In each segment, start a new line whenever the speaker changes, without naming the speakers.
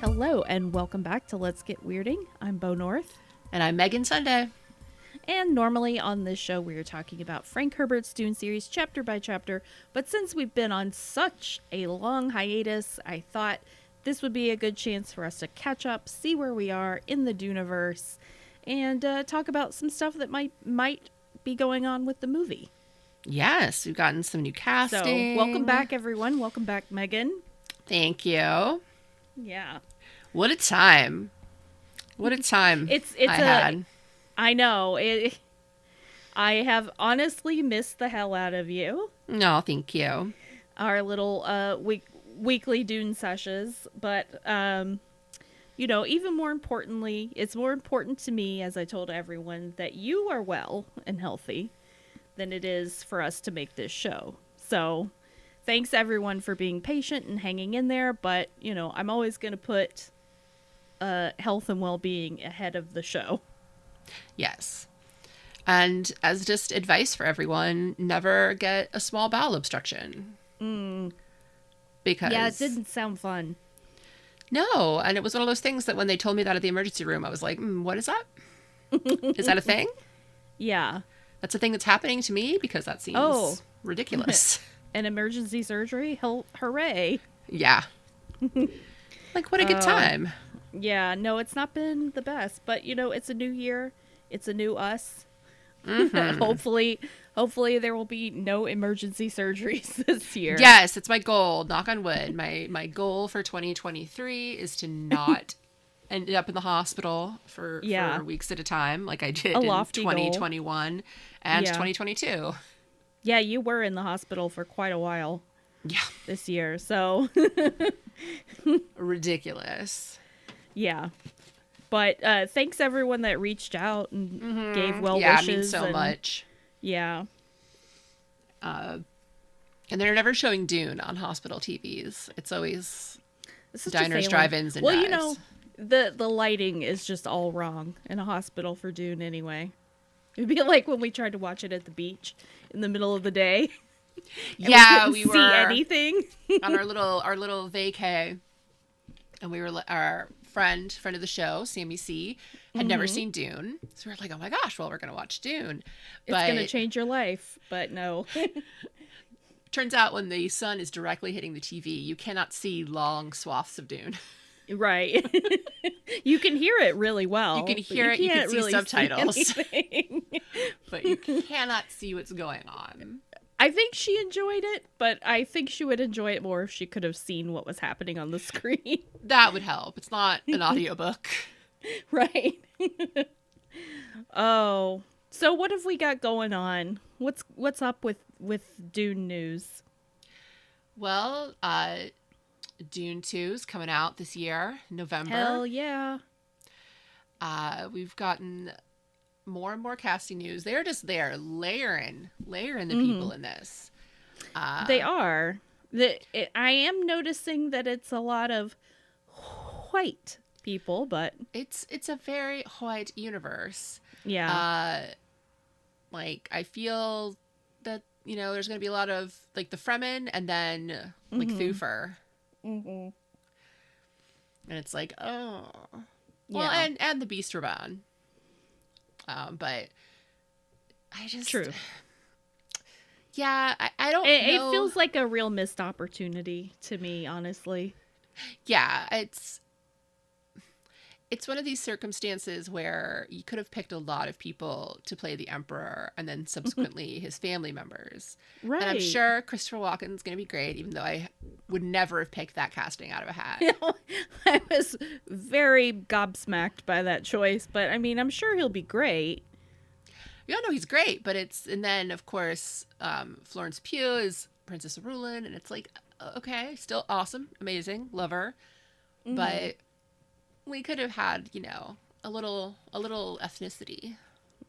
Hello, and welcome back to Let's Get Weirding. I'm Bo North.
And I'm Megan Sunday.
And normally on this show, we are talking about Frank Herbert's Dune series chapter by chapter. But since we've been on such a long hiatus, I thought this would be a good chance for us to catch up, see where we are in the Duneverse, and uh, talk about some stuff that might might be going on with the movie.
Yes, we've gotten some new
So,
casting.
welcome back, everyone. Welcome back, Megan.
Thank you.
Yeah,
What a time. What a time.
It's- it's
I
a-
had.
I know. It, I have honestly missed the hell out of you.
No, thank you.
our little uh week weekly dune sessions but um you know even more importantly it's more important to me as i told everyone that you are well and healthy than it is for us to make this show so thanks everyone for being patient and hanging in there but you know i'm always going to put uh health and well-being ahead of the show
Yes. And as just advice for everyone, never get a small bowel obstruction. Because
Mm. yeah it didn't sound fun
No, and it was one of those things that when they told me that at the emergency room, I was like, mm, "What is that? is that a thing?
yeah
That's a thing that's happening to me because that seems
Oh.
ridiculous."
an emergency surgery Hell, hooray
Yeah. like what a good
Oh,
time.
Yeah, no, it's not been the best, but you know, it's a new year, it's a new us.
Mm-hmm.
hopefully, hopefully there will be no emergency surgeries this year.
Yes, it's my goal. Knock on wood. My my goal for 2023 is to not end up in the hospital for,
Yeah.
for weeks at a time, like I did
A
in
lofty goal.
2021 and
Yeah.
2022.
Yeah, you were in the hospital for quite a while
Yeah,
this year. So,
ridiculous.
yeah. But uh thanks everyone that reached out and gave well
Mm-hmm. yeah,
wishes.
it means so
and-
much.
Yeah.
And they're never showing Dune on hospital TVs. It's always
It's such a
Diners,
failing.
drive-ins, and
Well, you
dives.
know, the the lighting is just all wrong in a hospital for Dune anyway. It'd be like when we tried to watch it at the beach in the middle of the day. and
yeah,
we,
we,
couldn't
were
see anything.
on our little our little vacay, and we were li- our friend friend of the show, Sammy C, had never
Mm-hmm.
seen Dune, so we were like, oh my gosh, well we're gonna watch Dune,
It's
but
gonna change your life, but no.
turns out when the sun is directly hitting the TV, you cannot see long swaths of Dune.
right. you can hear it really well.
can
but
hear it, you can
can't
see
really
subtitles.
anything.
but you cannot see what's going on.
I think she enjoyed it, but I think she would enjoy it more if she could have seen what was happening on the screen.
That would help. It's not an audiobook.
right oh so what have we got going on what's what's up with with dune news
Well, uh, Dune 2 is coming out this year, November.
hell yeah
Uh, we've gotten more and more casting news. They're just there layering, layering the people in this. Uh,
Mm-hmm. they are the, it, i am noticing that it's a lot of white people but
it's it's a very white universe.
yeah
Uh, like I feel that you know there's gonna be a lot of like the Fremen and then like
Mm-hmm.
Thufir,
Mhm.
and it's like oh well,
Yeah.
and and the Beast Raban. Um, but I just
true
Yeah, I, I don't.
it,
know.
it feels like a real missed opportunity to me honestly
yeah it's it's one of these circumstances where you could have picked a lot of people to play the emperor and then subsequently his family members
right
and i'm sure christopher walken's going to be great even though i would never have picked that casting out of a hat
i was very gobsmacked by that choice but i mean i'm sure he'll be great
we all know he's great but it's and then of course um, florence pugh is princess rulin and it's like uh, okay still awesome amazing love her but we could have had you know a little a little ethnicity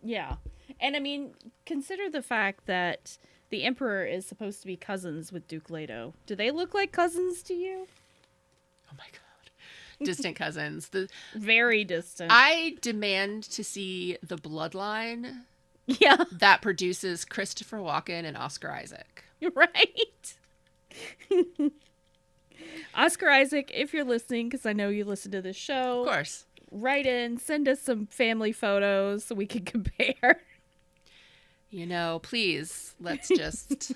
Yeah. And I mean, consider the fact that the Emperor is supposed to be cousins with Duke Leto. Do they look like cousins to you?
Oh my god. Distant cousins. The
Very distant.
I demand to see the bloodline
yeah,
that produces Christopher Walken and Oscar Isaac.
right. Oscar Isaac, if you're listening, because I know you listen to this
Of
show,
course.
write in, send us some family photos so we can compare.
You know, please let's just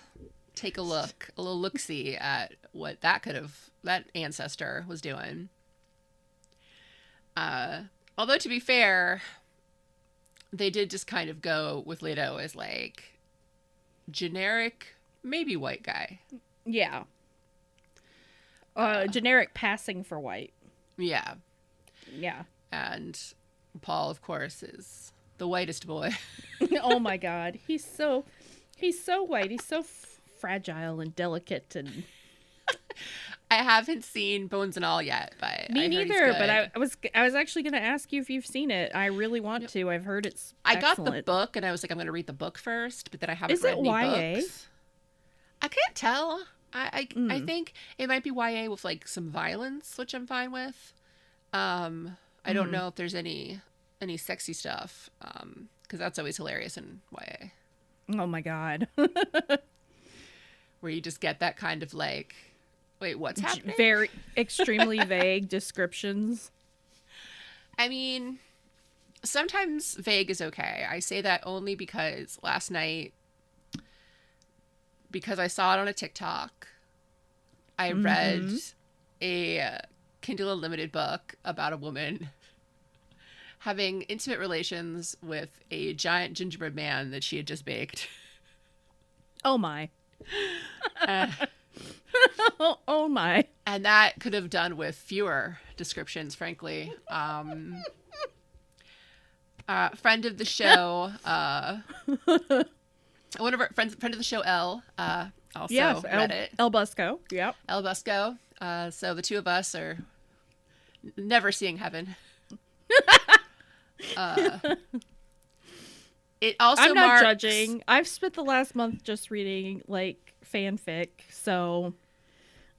take a look, a little look see at what that could have that ancestor was doing. Uh although to be fair, they did just kind of go with Leto as like generic, maybe white guy.
yeah. Uh, generic passing for white.
Yeah.
Yeah.
And Paul, of course, is the whitest boy.
oh my god, he's so he's so white. He's so f- fragile and delicate and
I haven't seen Bones and All yet, but I
Me
heard he's
neither,
good.
but I, I was I was actually going to ask you if you've seen it. I really want to. I've heard it's
I got the
excellent.
book and I was like, I'm going to read the book first, but then I haven't
Is
read
it
any
YA?
books. I can't tell. I I, I
Mm.
think it might be YA with like some violence, which I'm fine with. Um, I don't
Mhm.
know if there's any any sexy stuff um, because that's always hilarious in YA,
Oh my god.
where you just get that kind of like, wait, what's happening?
Very extremely vague descriptions.
I mean, sometimes vague is okay. I say that only because last night, because I saw it on a TikTok, I read a uh, Kindle Unlimited book about a woman having intimate relations with a giant gingerbread man that she had just baked.
Oh my.
Uh,
Oh, oh my.
and that could have done with fewer descriptions, frankly. Um, uh, friend of the show, uh, one of our friends, friend of the show, L, uh, also
yes, El,
read it.
El Busco. Yep.
El Busco. Uh, so the two of us are n- never seeing heaven. uh, it also
I'm not
marks-
judging. I've spent the last month just reading like fanfic, so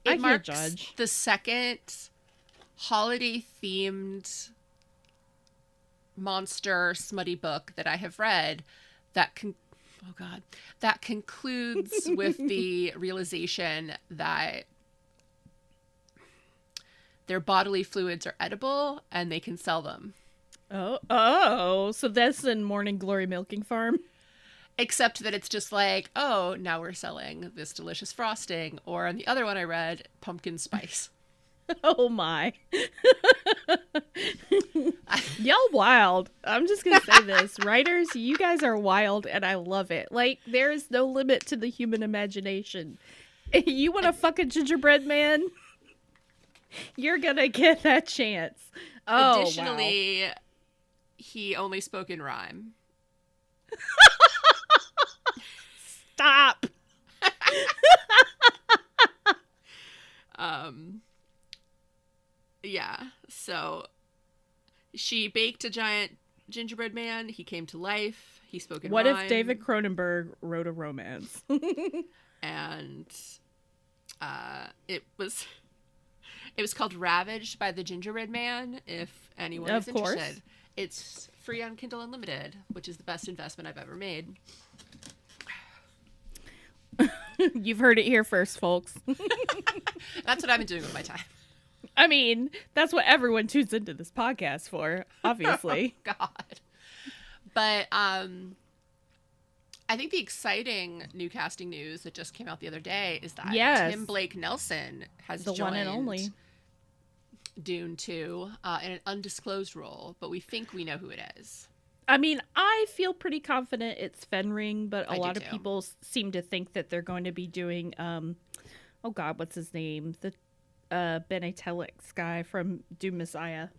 it
I can't
marks
judge.
the second holiday themed monster smutty book that I have read that con- oh god that concludes with the realization that their bodily fluids are edible and they can sell them
Oh, oh, so that's in Morning Glory Milking Farm.
except that it's just like oh now we're selling this delicious frosting or on the other one I read pumpkin spice
Oh my. Y'all wild. I'm just going to say this. Writers, you guys are wild and I love it. Like, there is no limit to the human imagination. You want to fuck a gingerbread man? You're going to get that chance. Oh, Additionally,
Additionally, he only spoke in rhyme.
stop.
Um, yeah, so she baked a giant gingerbread man. He came to life. He spoke in
What
rhyme.
if David Cronenberg wrote a romance?
And uh, it was. It was called Ravaged by the Gingerbread Man, if anyone
Of
is
course.
interested. It's free on Kindle Unlimited, which is the best investment I've ever made.
You've heard it here first, folks.
That's what I've been doing with my time.
I mean, that's what everyone tunes into this podcast for, obviously.
God. But um I think the exciting new casting news that just came out the other day is that
Yes.
Tim Blake Nelson has
the one and
joined
only.
Dune 2 uh, in an undisclosed role, but we think we know who it is.
I mean, I feel pretty confident it's Fenring, but a
I do
lot of
too.
people s- seem to think that they're going to be doing um oh god, what's his name? The uh Bene Telex guy from Doom Messiah.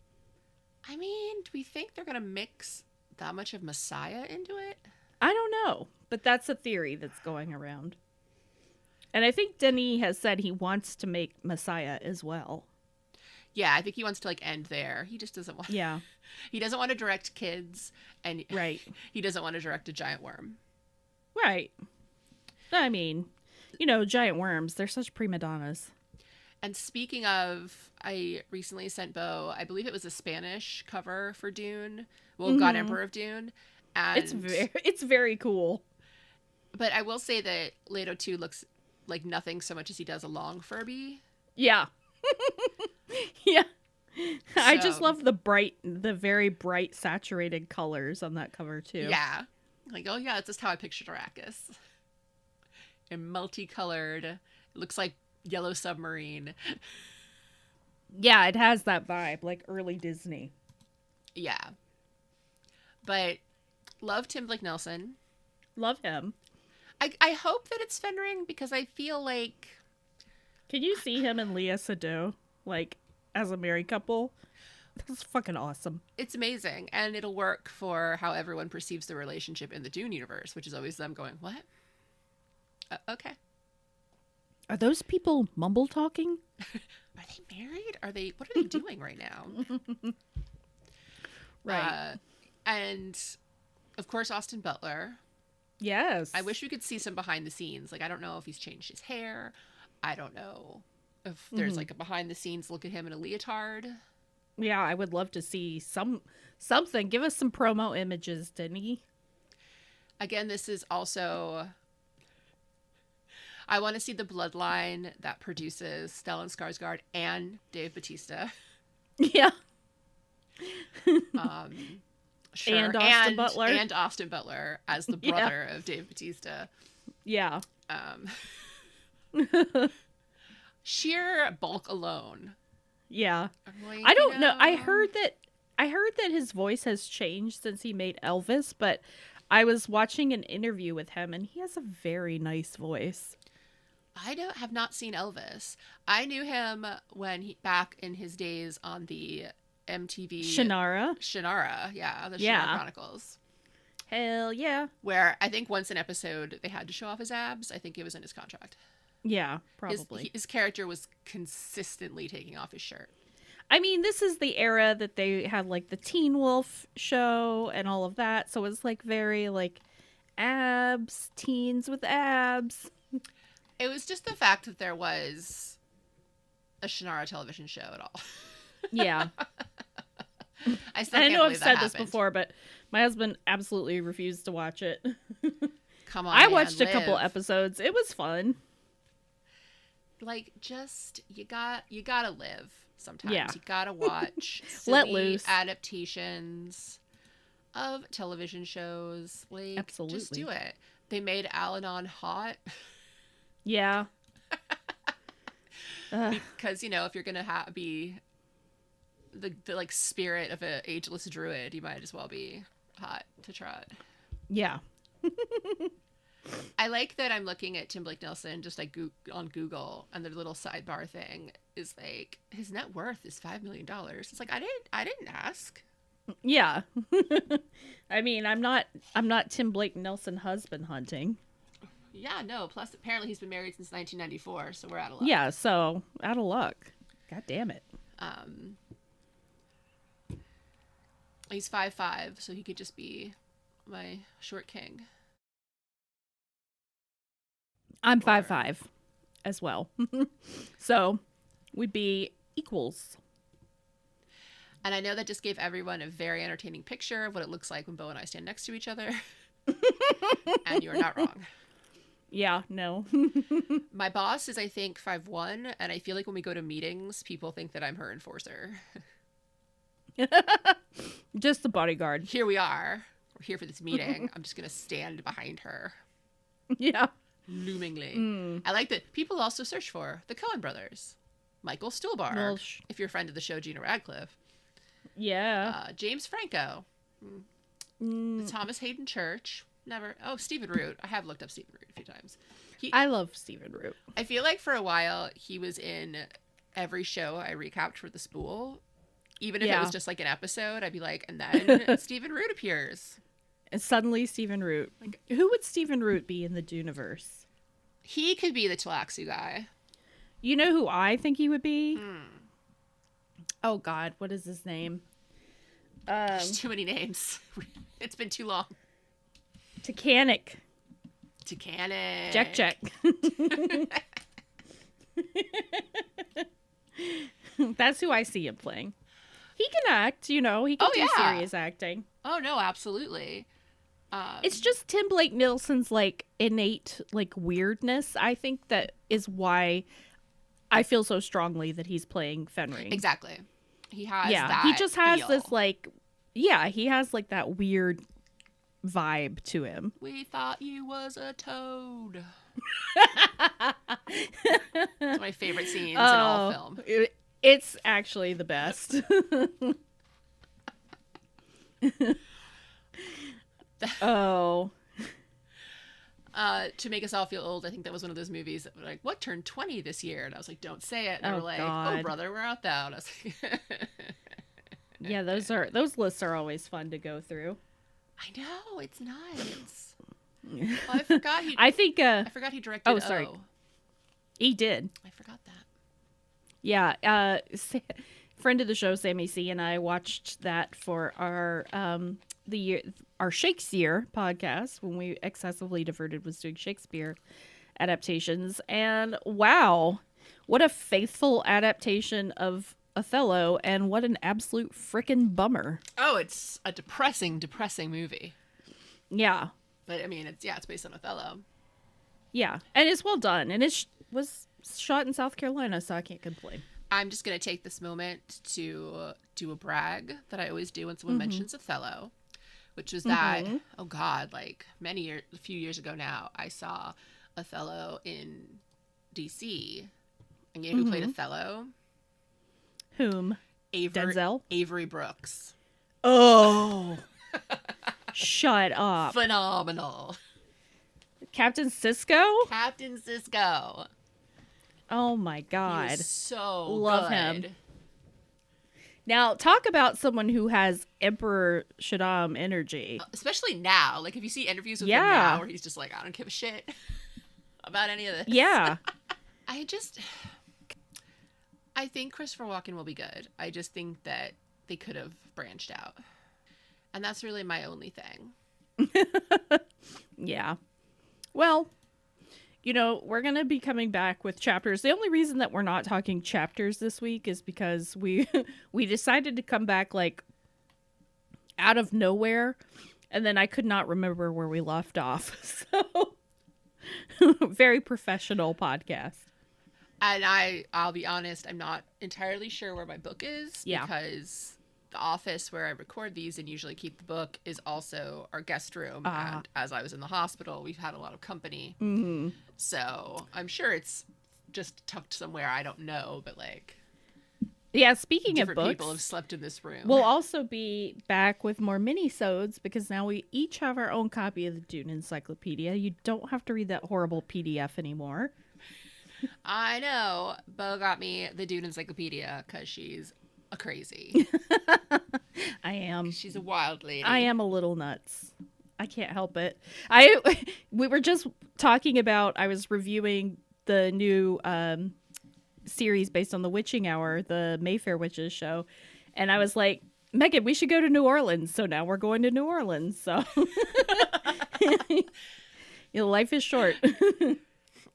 I mean, do we think they're going to mix that much of Messiah into it?
I don't know, but that's a theory that's going around. And I think Denny has said he wants to make Messiah as well.
Yeah, I think he wants to like end there. He just doesn't want
Yeah,
he doesn't want to direct kids and
right.
he doesn't want to direct a giant worm.
Right. I mean, you know, giant worms, they're such prima donnas.
And speaking of, I recently sent Bo, I believe it was a Spanish cover for Dune. Well, God
Mhm.
Emperor of Dune. And
It's very it's very cool.
but I will say that Leto too looks like nothing so much as he does a long Furby.
Yeah. yeah. I just
So-
love the bright, the very bright, saturated colors on that cover too.
Yeah. Like, oh yeah, that's just how I pictured Arrakis. And multicolored. It looks like yellow submarine.
yeah, it has that vibe, like early Disney.
Yeah. But love Tim Blake Nelson.
Love him.
I, I hope that it's Fendering because I feel like
Can you see him and Leah Sado like as a married couple? That's fucking awesome.
it's amazing and it'll work for how everyone perceives the relationship in the Dune universe, which is always them going, What? Uh, okay.
Are those people mumble talking?
Are they married? Are they, what are they doing right now? Uh, and of course, Austin Butler.
yes.
I wish we could see some behind the scenes. Like I don't know if he's changed his hair. I don't know if there's
Mhm.
like a behind the scenes look at him in a leotard.
Yeah, I would love to see some something. Give us some promo images, Denny.
Again, this is also I want to see the bloodline that produces Stellan Skarsgård and Dave Batista.
Yeah.
Um sure.
And Austin Butler.
and Austin Butler as the
Yeah.
brother of Dave Batista.
Yeah.
Um sheer bulk alone.
Yeah.
I'm like,
I
you
don't know. I heard that I heard that his voice has changed since he made Elvis, but I was watching an interview with him and he has a very nice voice.
I don't have not seen Elvis. I knew him when he back in his days on the MTV
Shannara.
Shannara, yeah, the
Yeah.
Shannara Chronicles,
Hell yeah.
where I think once an episode they had to show off his abs. I think it was in his contract.
Yeah,
His,
probably.
his character was consistently taking off his shirt.
I mean, this is the era that they had like the Teen Wolf show and all of that, so it's like very like abs, teens with abs.
It was just the fact that there was a Shannara television show at all.
Yeah.
I still
and I
can't
know I've
believe that
said this
happened.
before, but my husband absolutely refused to watch it.
Come on,
I
Oh, man,
watched a couple
live.
episodes. It was fun.
like just you got you gotta live sometimes
Yeah.
you gotta watch
Let
silly
loose.
adaptations of television shows like just
Absolutely.
do it they made al-anon hot
Yeah. Uh, Ugh,
because you know if you're gonna ha- be the, the like spirit of an ageless druid you might as well be hot to trot
yeah.
i like that i'm looking at tim blake nelson just like goo on google and the little sidebar thing is like his net worth is five million dollars it's like i didn't i didn't ask
Yeah. I mean, I'm not I'm not Tim Blake Nelson husband hunting.
Yeah, no. Plus, apparently he's been married since 1994, so we're out of luck.
Yeah, so out of luck. God damn it.
Um, he's five five, so he could just be my short king.
I'm
Or-
five five as well. so we'd be equals.
And I know that just gave everyone a very entertaining picture of what it looks like when Bo and I stand next to each other. and you are not wrong.
Yeah, no.
My boss is, I think, five one, and I feel like when we go to meetings, people think that I'm her enforcer.
Just the bodyguard.
Here we are. We're here for this meeting. I'm just gonna stand behind her,
Yeah.
loomingly.
Mm.
I like that people also search for the Cohen brothers, Michael Stuhlbarg,
Well, sh-
if you're a friend of the show, Gina Radcliffe,
Yeah.
uh, James Franco,
Oh. Mm.
Thomas Hayden Church. Never. Oh, Stephen Root. I have looked up Stephen Root a few times. He, I,
I love Stephen Root.
feel like for a while he was in every show I recapped for the spool. Even if it
Yeah.
was just like an episode, I'd be like, and then Stephen Root appears.
And suddenly Stephen Root. Like who would Stephen Root be in the Duniverse?
He could be the Talaxu guy.
You know who I think he would be? Oh God, what is his name? Um,
There's too many names. it's been too long.
Titanic.
To canon.
Jack Jack. That's who I see him playing. He can act, you know. He can
Oh,
do
yeah.
serious acting.
Oh no, absolutely. Um,
It's just Tim Blake Nilsson's like innate like weirdness. I think that is why I feel so strongly that he's playing Fenring.
Exactly. He has
yeah,
that.
he just has
feel.
this like, yeah, he has like that weird vibe to him.
We thought you was a toad. It's my favorite scenes in all
Oh,
film.
it- it's actually the best. oh,
Uh, to make us all feel old, I think that was one of those movies that were like, "What turned twenty this year?" And I was like, "Don't say it." And they
Oh,
were like, "Oh
God.
brother, we're out thou." And I was like,
yeah, those are those lists are always fun to go through.
"I know it's nuts." Oh, I forgot he. I,
I think uh,
forgot he directed.
Oh, sorry.
O.
he did.
I forgot that.
Yeah, uh, Sa- friend of the show, Sammy C, and I watched that for our um, the year our Shakespeare podcast when we excessively diverted was doing Shakespeare adaptations, and wow, what a faithful adaptation of Othello, and what an absolute frickin' bummer.
Oh, it's a depressing, depressing movie.
Yeah,
But I mean, it's yeah, it's based on Othello.
yeah, and it's well done, and it sh- was shot in South Carolina, so I can't complain.
I'm just gonna take this moment to uh, do a brag that I always do when someone
Mm-hmm.
mentions Othello, which was that
Mhm.
oh god, like many years, a few years ago now, I saw Othello in D.C. And you know who played
Mm-hmm.
Othello?
Whom
Avery
Denzel?
Avery Brooks.
Oh, shut up.
Phenomenal,
Captain Cisco?
Captain Cisco.
Oh my
He was
god.
so
Love
good.
him. Now talk about someone who has Emperor Shaddam energy.
especially now. Like, if you see interviews with him
Yeah.
now, where he's just like, I don't give a shit about any of this.
Yeah.
I just, I think Christopher Walken will be good. I just think that they could have branched out, and that's really my only thing.
Yeah. Well, you know, we're going to be coming back with chapters. The only reason that we're not talking chapters this week is because we we decided to come back like out of nowhere and then I could not remember where we left off. So very professional podcast.
And I, I'll be honest, I'm not entirely sure where my book is
Yeah.
because the office where I record these and usually keep the book is also our guest room.
Ah.
And as I was in the hospital, we've had a lot of company. Mm-hmm.
Mhm.
So I'm sure it's just tucked somewhere. I don't know, but like
Yeah, speaking
different
of books,
people have slept in this room.
We'll also be back with more mini-sodes because now we each have our own copy of the Dune Encyclopedia. You don't have to read that horrible PDF anymore.
I know. Bo got me the Dune Encyclopedia because she's a crazy.
I am.
she's a wild lady.
I am a little nuts. I can't help it. I we were just talking about I was reviewing the new um series based on the witching hour, the Mayfair Witches show, and I was like, Megan, we should go to New Orleans. So now we're going to New Orleans. So you know, life is short.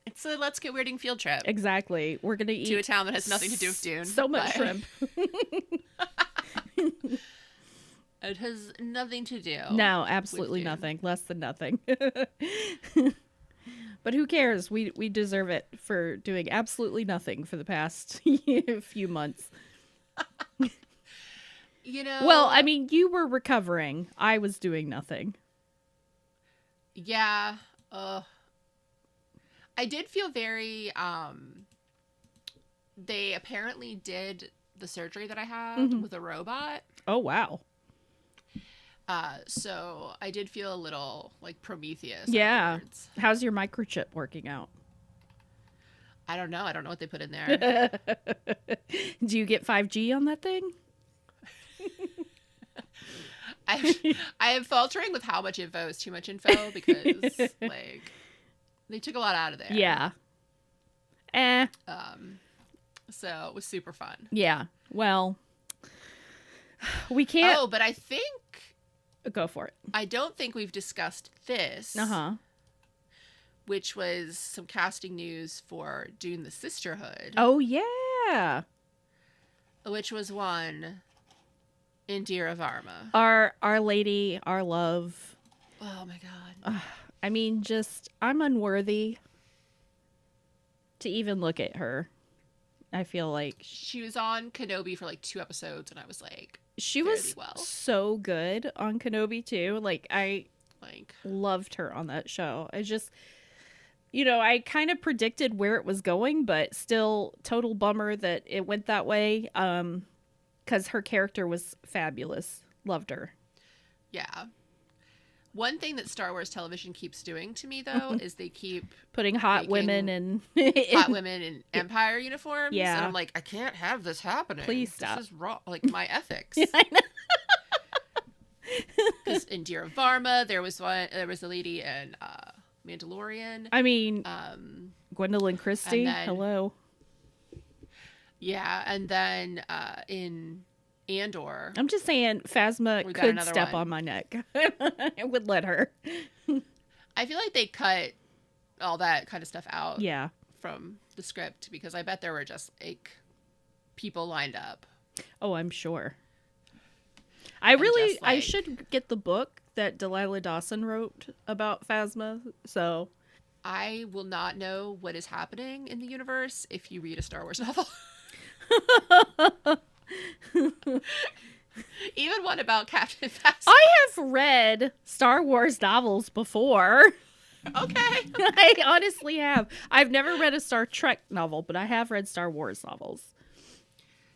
It's a let's get weirding field trip
exactly. We're gonna eat
to a town that has nothing to do with Dune.
So much
but
shrimp.
It has nothing to do.
No, absolutely
Oh, Dune.
nothing. Less than nothing. but who cares? We we deserve it for doing absolutely nothing for the past few months.
You know.
Well, I mean, you were recovering. I was doing nothing.
Yeah. Uh, I did feel very. um They apparently did the surgery that I had
Mhm.
with a robot.
Oh wow.
Uh, so I did feel a little like Prometheus.
Yeah.
afterwards.
How's your microchip working out?
I don't know. I don't know what they put in there.
Do you get 5G on that thing?
I'm, I am faltering with how much info is too much info because like they took a lot out of there.
Yeah. Eh,
Um, so it was super fun.
yeah. Well, we can't
Oh, but I think Oh.
go for it.
I don't think we've discussed this,
Uh-huh.
which was some casting news for Dune: The Sisterhood,
Oh yeah.
which was one Indira Varma.
Our our lady, our love,
Oh my god.
Ugh, I mean, just I'm unworthy to even look at her. I feel like
She was on Kenobi for like two episodes, and I was like,
she
fairly
was
well.
so good on Kenobi too. Like I
like,
loved her on that show. I just you know, I kind of predicted where it was going, but still total bummer that it went that way um cuz her character was fabulous. Loved her.
yeah. One thing that Star Wars television keeps doing to me though is they keep
Putting hot
Making
women in,
hot women in Empire uniforms, and
Yeah.
I'm like, I can't have this happening.
Please stop.
This is wrong. Like my ethics.
I know.
Because in Dear Varma, there was one. There was a lady in uh, Mandalorian.
I mean,
Um,
Gwendolyn Christie.
then-
hello.
yeah, and then uh, in Andor,
I'm just saying Phasma
We got
could
another
step
one. Oh.
on my neck. I would let her.
I feel like they cut all that kind of stuff out
Yeah.
from the script because I bet there were just like people lined up.
Oh, I'm sure. I
And
really,
just,
I
like-
should get the book that Delilah Dawson wrote about Phasma. So
I will not know what is happening in the universe if you read a Star Wars novel. Even one about Captain Fast.
I have read Star Wars novels before.
Okay.
I honestly have. I've never read a Star Trek novel, but I have read Star Wars novels.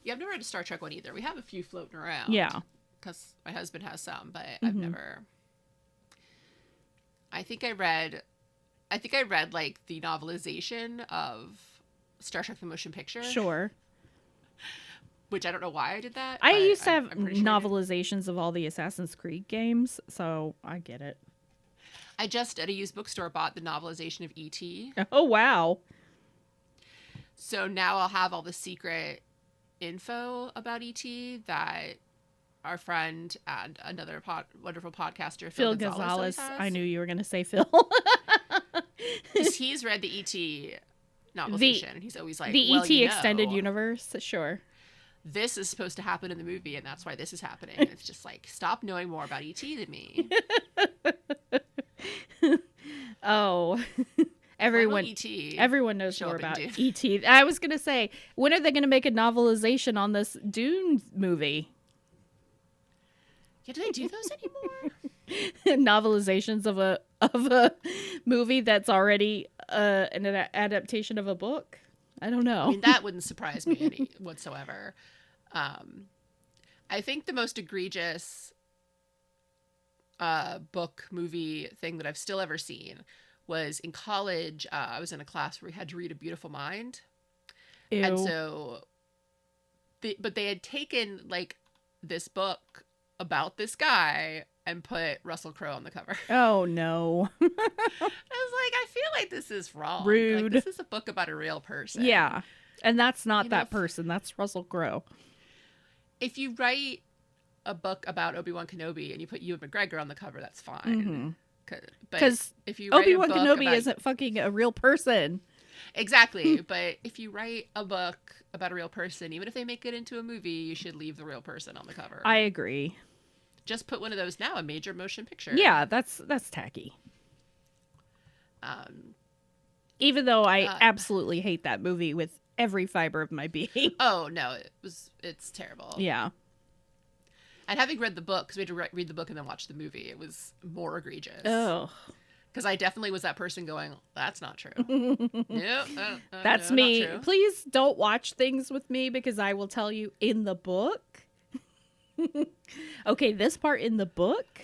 Yeah, I've never read a Star Trek one either. We have a few floating around.
Yeah.
Because my husband has some, but I've
Mhm.
never. I think I read. I think I read like the novelization of Star Trek the Motion Picture.
Sure.
Which I don't know why I did that.
I
but
used to
I'm-
have
I'm pretty sure I did.
novelizations of all the Assassin's Creed games, so I get it.
I just at a used bookstore bought the novelization of E E.T.
Oh, wow.
So now I'll have all the secret info about ET that our friend and another pod- wonderful
Phil
podcaster Phil,
Gonzalez.
always
I
has.
knew you were going to say Phil.
'Cause he's read the ET novelization and he's always like
the
well,
ET
you
Extended
know,
Universe. Sure.
This is supposed to happen in the movie and that's why this is happening. And it's just like stop knowing more about ET than me.
Oh,
Everyone
everyone.
E ET.
Everyone knows
show
more
up in
about
Dune?
ET. I was gonna say, when are they gonna make a novelization on this Dune movie?
yeah, do they do those anymore?
Novelizations of a of a movie that's already uh, an ad- adaptation of a book. I don't know.
I mean, that wouldn't surprise me any whatsoever. Um, I think the most egregious uh, book movie thing that I've still ever seen was in college. Uh, I was in a class where we had to read A Beautiful Mind, and
Ew.
so, they, but they had taken like this book about this guy and put Russell Crowe on the cover.
oh no.
I was like, I feel like this is wrong. Like,
Rude.
this is a book about a real person.
Yeah, and that's not
You know,
that
if-
person. That's Russell Crowe.
if you write a book about Obi Wan Kenobi and you put Ewan McGregor on the cover, that's fine.
Mhm.
Because
'Cause
if you write
Obi
a
Wan
book
Kenobi
about-
isn't fucking a real person.
exactly, but if you write a book about a real person, even if they make it into a movie, you should leave the real person on the cover.
I agree.
just put one of those now, a major motion picture.
Yeah, that's that's tacky.
Um,
Even though I
Uh,
absolutely hate that movie with every fiber of my being.
oh no, it was it's terrible.
yeah.
And having read the book, because we had to re- read the book and then watch the movie, it was more egregious.
Oh,
Because I definitely was that person going, "That's not true." no, uh, uh,
that's
no, not
me.
true."
Please don't watch things with me because I will tell you in the book. okay, this part in the book.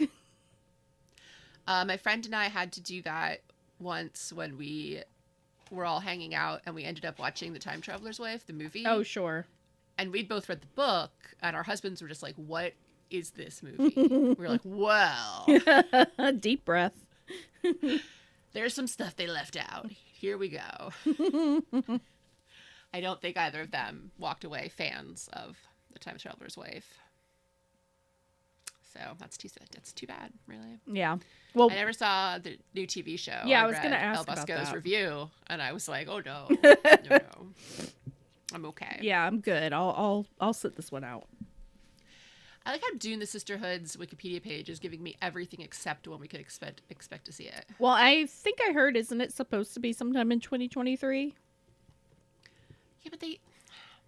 Uh, my friend and I had to do that once when we were all hanging out and we ended up watching The Time Traveler's Wife, the movie.
Oh, sure.
and we'd both read the book, and our husbands were just like, What is this movie? we were like, Well,
Deep breath.
there's some stuff they left out. Here we go. I don't think either of them walked away fans of The Time Traveler's Wife. So that's too sad. That's too bad, really.
Yeah. Well,
I never saw the new TV show.
Oh. Yeah, I was
read
gonna ask
El
about
Busco's
that.
review, and I was like, "Oh no, no, no. I'm okay."
yeah, I'm good. I'll I'll I'll sit this one out.
I like how Dune the Sisterhood's Wikipedia page is giving me everything except when we could expect expect to see it.
Well, I think I heard isn't it supposed to be sometime in 2023?
Yeah, but they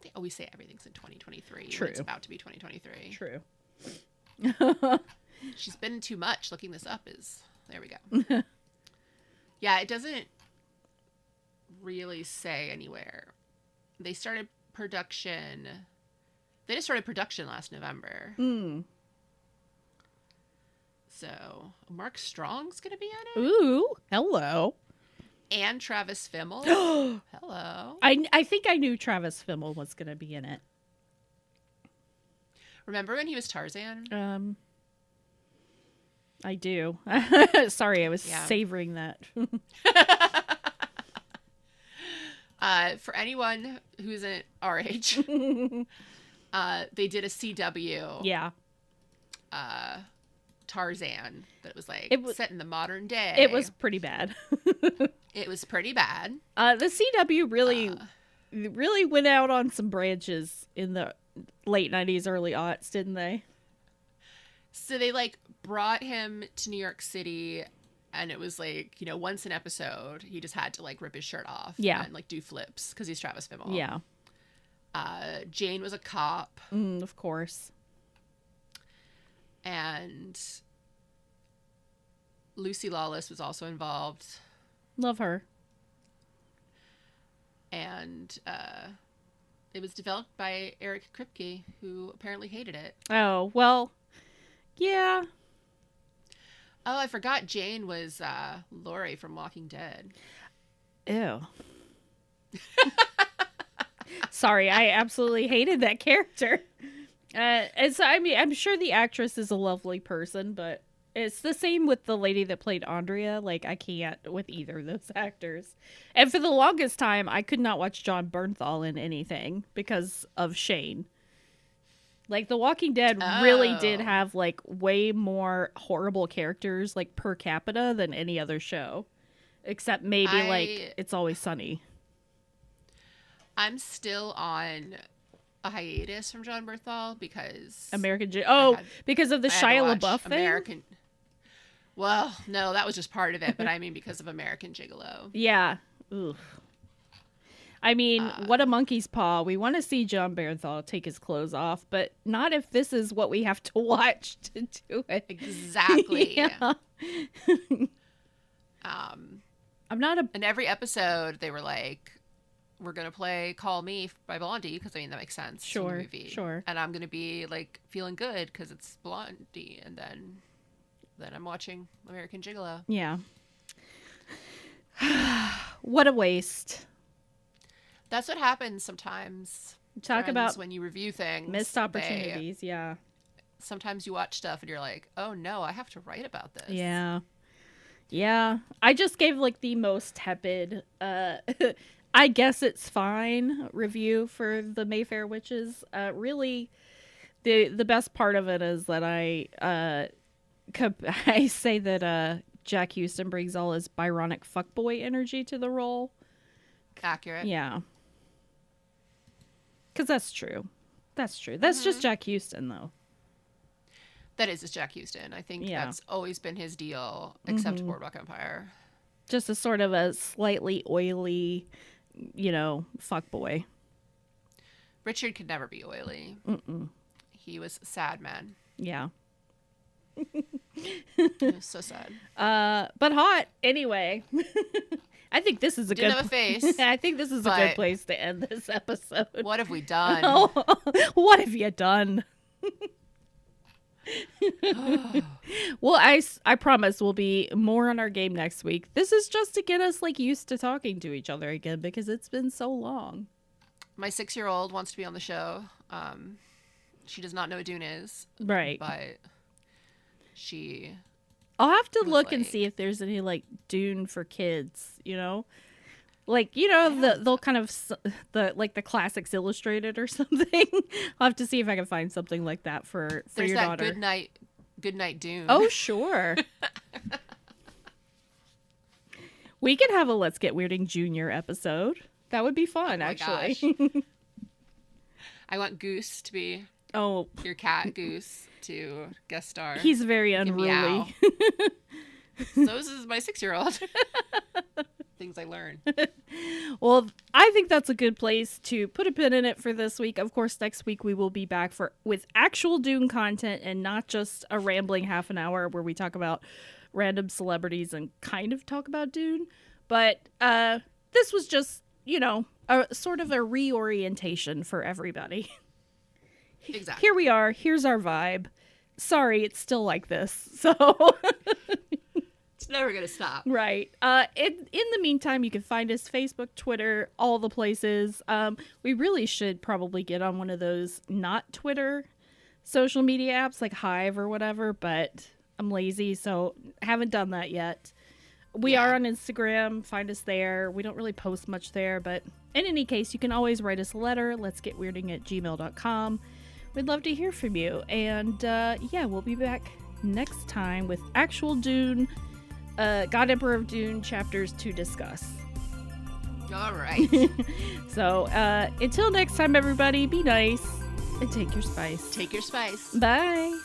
they always say everything's in 2023. when
True.
It's about to be 2023.
True.
She's been too much. Looking this up is there we go. yeah, it doesn't really say anywhere. They started production. They just started production last November.
Mm.
So Mark Strong's gonna be on it,
Ooh, hello.
and Travis Fimmel.
I
Hello.
I think I knew Travis Fimmel was going to be in it.
Remember when he was Tarzan?
Um, I do. Sorry, I was
Yeah.
savoring that.
Uh, for anyone who isn't RH, uh, they did a CW
yeah,
uh, Tarzan that was like
It wa-
set in the modern day.
it was pretty bad.
It was pretty bad.
Uh, the CW really,
Uh.
really went out on some branches in the late '90s, early aughts, didn't they?
So they like brought him to New York City and it was like, you know, once an episode, he just had to like rip his shirt off
Yeah.
and like do flips because he's Travis Fimmel.
Yeah,
Uh, Jane was a cop
mm, of course.
and Lucy Lawless was also involved
Love her.
and uh, it was developed by Eric Kripke who apparently hated it.
Oh well, yeah.
Oh, I forgot Jane was uh, Lori from Walking Dead.
Ew. Sorry, I absolutely hated that character. Uh, and so, I mean, I'm sure the actress is a lovely person, but it's the same with the lady that played Andrea. Like, I can't with either of those actors. And for the longest time, I could not watch John Bernthal in anything because of Shane. Like, The Walking Dead really did
Oh.
have, like, way more horrible characters, like, per capita than any other show. Except maybe,
I-
like, It's Always Sunny.
I'm still on a hiatus from John Berthal because
American J Oh,
had-
because of the
I had to
Shia
watch
LaBeouf thing?
American. Well, no, that was just part of it, but I mean because of American Gigolo.
Yeah. Oof. I mean,
Uh,
what a monkey's paw. We want to see John Barenthal take his clothes off, but not if this is what we have to watch to do it.
Exactly.
Yeah.
Um,
I'm not a
and every episode they were like, "We're gonna play Call Me by Blondie" because I mean that makes sense. from the
Sure,
movie.
sure.
And I'm gonna be like feeling good because it's Blondie, and then then I'm watching American Gigolo.
yeah. what a waste.
That's what happens sometimes.
Talk
friends,
about
when you review things,
missed
they-
opportunities. Yeah.
sometimes you watch stuff and you're like, oh no, I have to write about this.
Yeah. Yeah. I just gave like the most tepid uh I guess it's fine review for the Mayfair Witches. Uh really the the best part of it is that I uh comp- I say that uh Jack Houston brings all his Byronic fuckboy energy to the role.
Accurate.
Yeah. Cuz that's true. That's true. That's just Jack Houston though.
That is his Jack Houston. I think
Yeah. Mm-hmm.
that's always been his deal, except Boardwalk Empire.
Just a sort of a slightly oily, you know, fuckboy.
Richard could never be oily.
Mm-mm.
He was a sad man.
Yeah.
He was so sad.
Uh, but hot anyway. I think this is a
Didn't
good.
have a
pl-
face,
I think this is a good
but-
place to end this episode.
What have we done?
Oh, what have you done? Oh. well, I, s- I promise we'll be more on our game next week. This is just to get us like used to talking to each other again because it's been so long.
My six year old wants to be on the show. Um, she does not know what Dune is,
Right.
but she.
I'll have to
was
look and
like-
see if there's any like Dune for kids, you know? Like, you know, the they'll kind of s- the like the classics illustrated or something. I'll have to see if I can find something like that for for
There's
your
that
daughter.
good night, good night Dune.
Oh, sure. we could have a Let's Get Weirding Junior episode. That would be fun,
Oh my
actually.
I want Goose to be
oh,
your cat Goose to guest star.
he's very
Give me
unruly.
owl. so this is my six year old. things I learn.
Well, I think that's a good place to put a pin in it for this week. Of course, next week we will be back for with actual Dune content and not just a rambling half an hour where we talk about random celebrities and kind of talk about Dune. But uh, this was just, you know, a sort of a reorientation for everybody.
Exactly.
Here we are. Here's our vibe. Sorry, it's still like this. So.
It's never going to stop.
Right. Uh, in, in the meantime, you can find us Facebook, Twitter, all the places. Um, we really should probably get on one of those not Twitter social media apps like Hive or whatever, but I'm lazy, so haven't done that yet. We
Yeah.
are on Instagram. Find us there. We don't really post much there, but in any case, you can always write us a letter. Let's get weirding at gmail.com. We'd love to hear from you. And uh, yeah, we'll be back next time with actual Dune, uh, God Emperor of Dune chapters to discuss.
All right.
So uh, until next time, everybody, be nice and take your spice.
Take your spice.
Bye.